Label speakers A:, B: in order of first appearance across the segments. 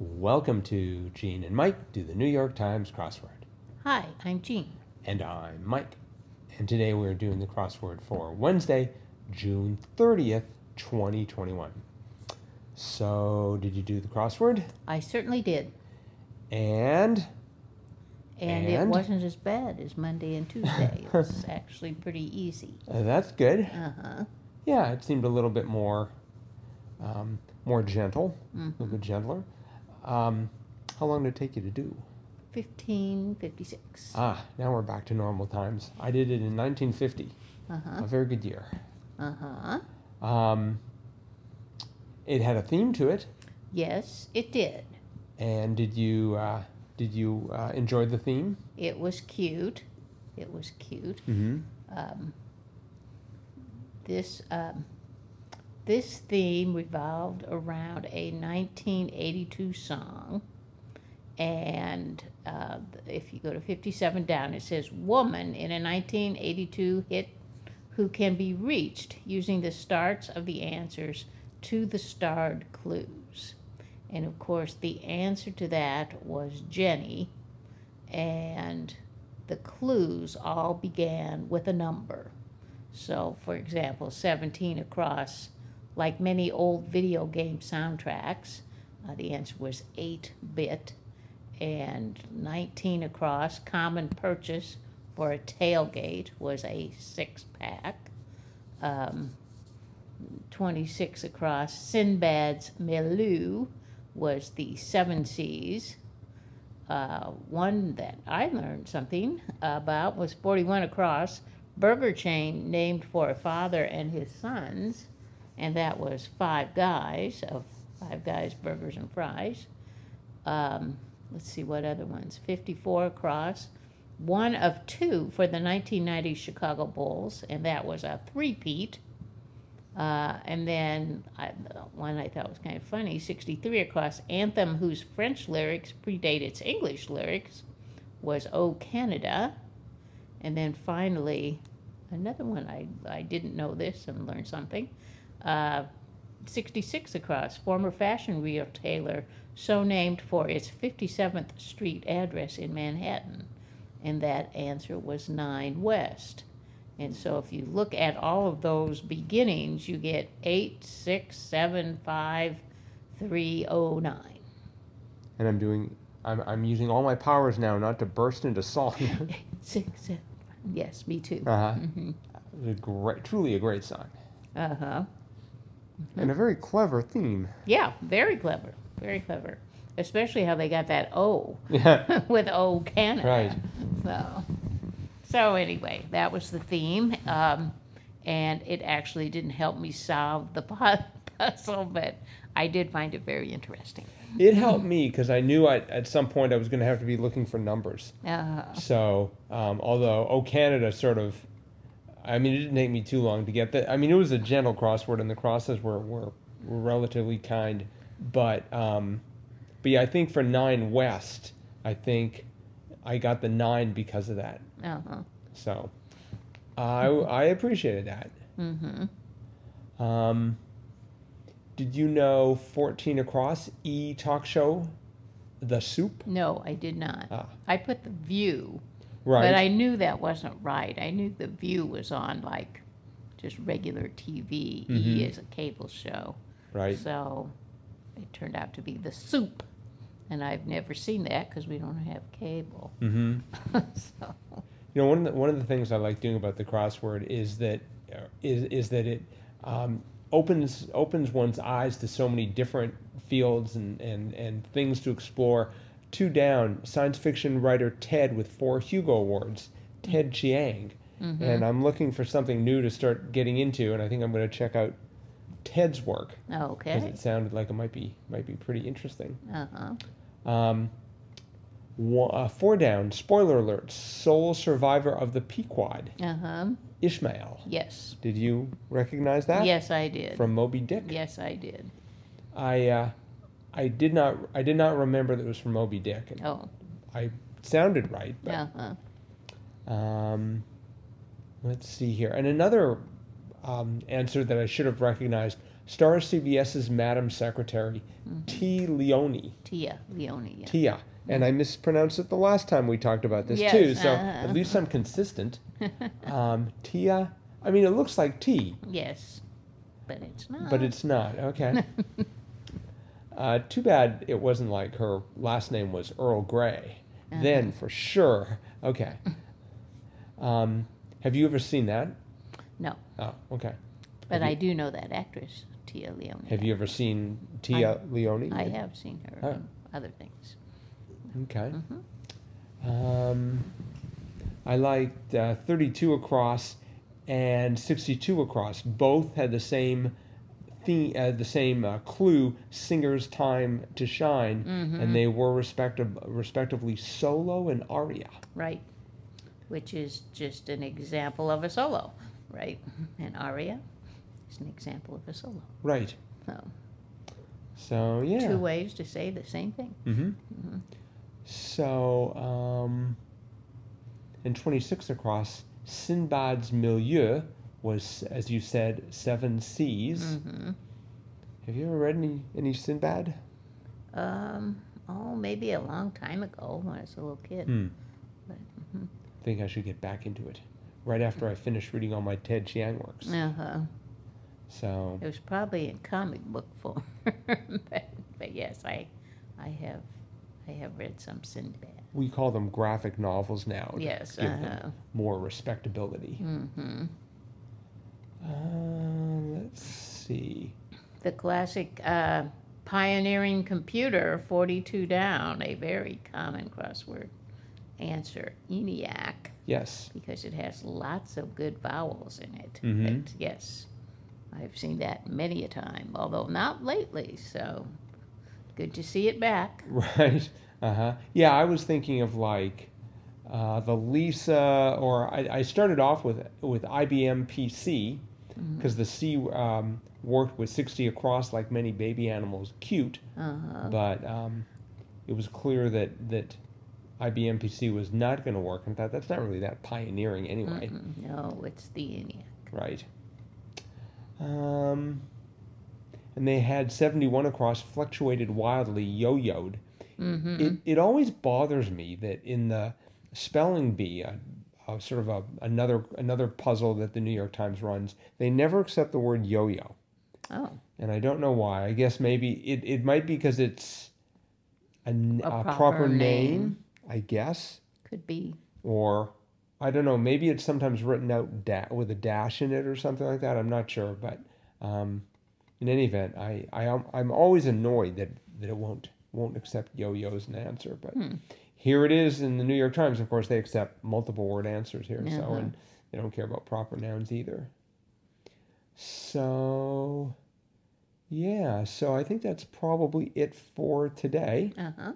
A: Welcome to Gene and Mike do the New York Times crossword.
B: Hi, I'm Jean.
A: And I'm Mike. And today we're doing the crossword for Wednesday, June 30th, 2021. So, did you do the crossword?
B: I certainly did.
A: And
B: And, it
A: And?
B: wasn't as bad as Monday and Tuesday. it was actually pretty easy.
A: uh, that's good.
B: Uh huh.
A: Yeah, it seemed a little bit more um, more gentle, a
B: Mm.
A: little bit gentler. Um, how long did it take you to do?
B: 1556. Uh
A: Ah, now we're back to normal times. I did it in 1950,
B: huh.
A: a very good year.
B: Uh huh.
A: Um, it had a theme to it,
B: Yes, it did.
A: and did you uh, did you uh, enjoy the theme?
B: It was cute. It was cute.
A: Mm-hmm.
B: Um, this um, this theme revolved around a 1982 song, and uh, if you go to 57 down, it says "Woman in a 1982 hit who can be reached using the starts of the answers to the starred clues." And of course, the answer to that was Jenny, and the clues all began with a number. So, for example, 17 across, like many old video game soundtracks, uh, the answer was 8 bit, and 19 across, common purchase for a tailgate was a six pack. Um, 26 across, Sinbad's Melu was the seven C's uh, one that I learned something about was 41 across burger chain named for a father and his sons, and that was Five Guys of Five Guys Burgers and Fries. Um, let's see what other ones. 54 across, one of two for the 1990 Chicago Bulls, and that was a three-peat. Uh, and then I, the one I thought was kind of funny 63 across Anthem, whose French lyrics predate its English lyrics, was Oh Canada. And then finally, another one I, I didn't know this and learned something. Uh, 66 across, former fashion retailer, so named for its 57th Street address in Manhattan. And that answer was 9 West. And so if you look at all of those beginnings, you get eight, six, seven, five, three, oh, nine.
A: And I'm doing. I'm, I'm using all my powers now not to burst into song.
B: Six, seven, five. Yes, me too.
A: uh-huh.
B: Mm-hmm.
A: A great, truly a great song,
B: Uh huh.
A: and a very clever theme.
B: Yeah, very clever. Very clever. Especially how they got that O
A: Yeah.
B: with O Canada.
A: Right.
B: So, so anyway, that was the theme. Um, and it actually didn't help me solve the pu- puzzle, but I did find it very interesting.
A: It helped me because I knew I, at some point I was going to have to be looking for numbers.
B: Uh,
A: So, um, although O Canada sort of, I mean, it didn't take me too long to get that. I mean, it was a gentle crossword, and the crosses were were, were relatively kind. But, um, but yeah, I think for nine West, I think I got the nine because of that.
B: uh huh.
A: So, I I appreciated that.
B: Mm-hmm.
A: Um, did you know fourteen across E talk show, the soup?
B: No, I did not.
A: Ah.
B: I put the view,
A: Right.
B: but I knew that wasn't right. I knew the view was on like just regular TV. E
A: Mhm.
B: is a cable show.
A: right.
B: So it turned out to be the soup. And I've never seen that because we don't have cable.
A: Mm-hmm.
B: so,
A: You know, one of the, one of the things I like doing about the crossword is that uh, is is that it um, opens opens one's eyes to so many different fields and, and, and things to explore. Two down, science fiction writer Ted with four Hugo Awards, Ted Chiang,
B: Mm-hmm.
A: and I'm looking for something new to start getting into, and I think I'm going to check out Ted's work because
B: mm-hmm. okay.
A: it sounded like it might be might be pretty interesting.
B: Uh huh.
A: Um, wa- uh, four down, spoiler alert, sole survivor of the Pequod,
B: Uh huh.
A: Ishmael.
B: Yes.
A: Did you recognize that?
B: Yes, I did.
A: From Moby Dick?
B: Yes, I did.
A: I, uh, I did not, I did not remember that it was from Moby Dick. It
B: Oh,
A: sounded right, but,
B: uh huh.
A: um, let's see here. And another, um, answer that I should have recognized, Star CBS's Madam Secretary, T. Leone,
B: Mm-hmm. Tia Leone. Yeah.
A: Tia. And I mispronounced it the last time we talked about this
B: Yes,
A: too, so
B: uh-huh.
A: at least I'm consistent. um, Tia, I mean, it looks like tea,
B: Yes, but it's not.
A: but it's not. Okay. uh, too bad it wasn't like her last name was Earl Grey.
B: Uh-huh.
A: Then for sure. Okay. Um, have you ever seen that?
B: no.
A: Oh, okay.
B: But
A: Have
B: I do know that actress, Tia Leone.
A: Have you ever seen Tia Leone?
B: I have seen her
A: Oh.
B: in other things.
A: Okay.
B: Mhm.
A: Um, I liked uh, 32 across and 62 across. Both had the same theme, uh, the same uh, clue: singers' time to shine,
B: Mm-hmm.
A: and they were respective, respectively solo and aria.
B: Right. Which is just an example of a solo, right? An aria is an example of a solo.
A: Right.
B: So,
A: So yeah.
B: two ways to say the same thing.
A: Mm-hmm. So, um, and 26 across, Sinbad's milieu was, as you said, seven seas.
B: hmm
A: Have you ever read any, any Sinbad?
B: Um, oh, maybe a long time ago when I was a little kid.
A: Hmm.
B: But,
A: I think I should get back into it right after I finish reading all my Ted Chiang works.
B: Uh-huh.
A: So,
B: It was probably in comic book form. but, but yes, I, I have, I have read some Sinbad.
A: we call them graphic novels now. to
B: Yes.
A: give them
B: Uh,
A: more respectability.
B: hmm
A: Uh, let's see.
B: The classic uh, pioneering computer, 42 down, a very common crossword answer, ENIAC,
A: Yes.
B: because it has lots of good vowels in it.
A: Mhm.
B: But yes, I've seen that many a time, although not lately, so good to see it back.
A: Right. Uh huh. Yeah, I was thinking of like uh, the Lisa, or I, I started off with with IBM PC
B: Mm-hmm.
A: because the C um, worked with 60 across like many baby animals, cute,
B: Uh-huh.
A: but um, it was clear that that IBM PC was not going to work. And I thought that's not really that pioneering anyway,
B: Mm-mm, Mm-hmm. No, it's the ENIAC.
A: right? Um, and they had 71 across, fluctuated wildly, yo-yoed.
B: hmm
A: It, it always bothers me that in the spelling bee, a, a sort of a, another another puzzle that the New York Times runs, they never accept the word yo-yo,
B: Oh,
A: and I don't know why. I guess maybe it, it might be because it's a, n-
B: A
A: a proper,
B: proper
A: name,
B: name.
A: I guess,
B: could be.
A: or I don't know. Maybe it's sometimes written out da- with a dash in it or something like that. I'm not sure, but um, in any event, I, I am- I'm always annoyed that, that it won't won't accept yo-yo as an answer. But here it is in the New York Times. Of course, they accept multiple word answers here, so
B: Uh-huh.
A: and they don't care about proper nouns either. So, yeah. So I think that's probably it for today.
B: Uh-huh.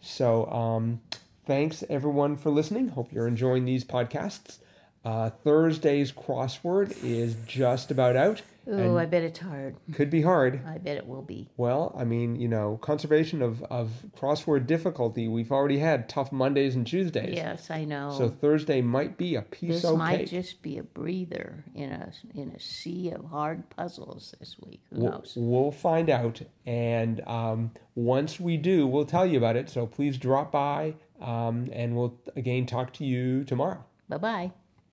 A: So, um, thanks everyone for listening. Hope you're enjoying these podcasts. Uh, Thursday's crossword is just about out.
B: Ooh,
A: And-
B: I bet it's hard.
A: Could be hard.
B: I bet it will be.
A: Well, I mean, you know, conservation of, of crossword difficulty, we've already had tough Mondays and Tuesdays.
B: Yes, I know.
A: So Thursday might be a piece
B: This
A: of
B: might
A: cake.
B: just be a breather in a in a sea of hard puzzles this week. Who
A: We'll,
B: knows?
A: we'll find out. And um, once we do, we'll tell you about it. So please drop by um, and we'll again talk to you tomorrow.
B: Bye bye.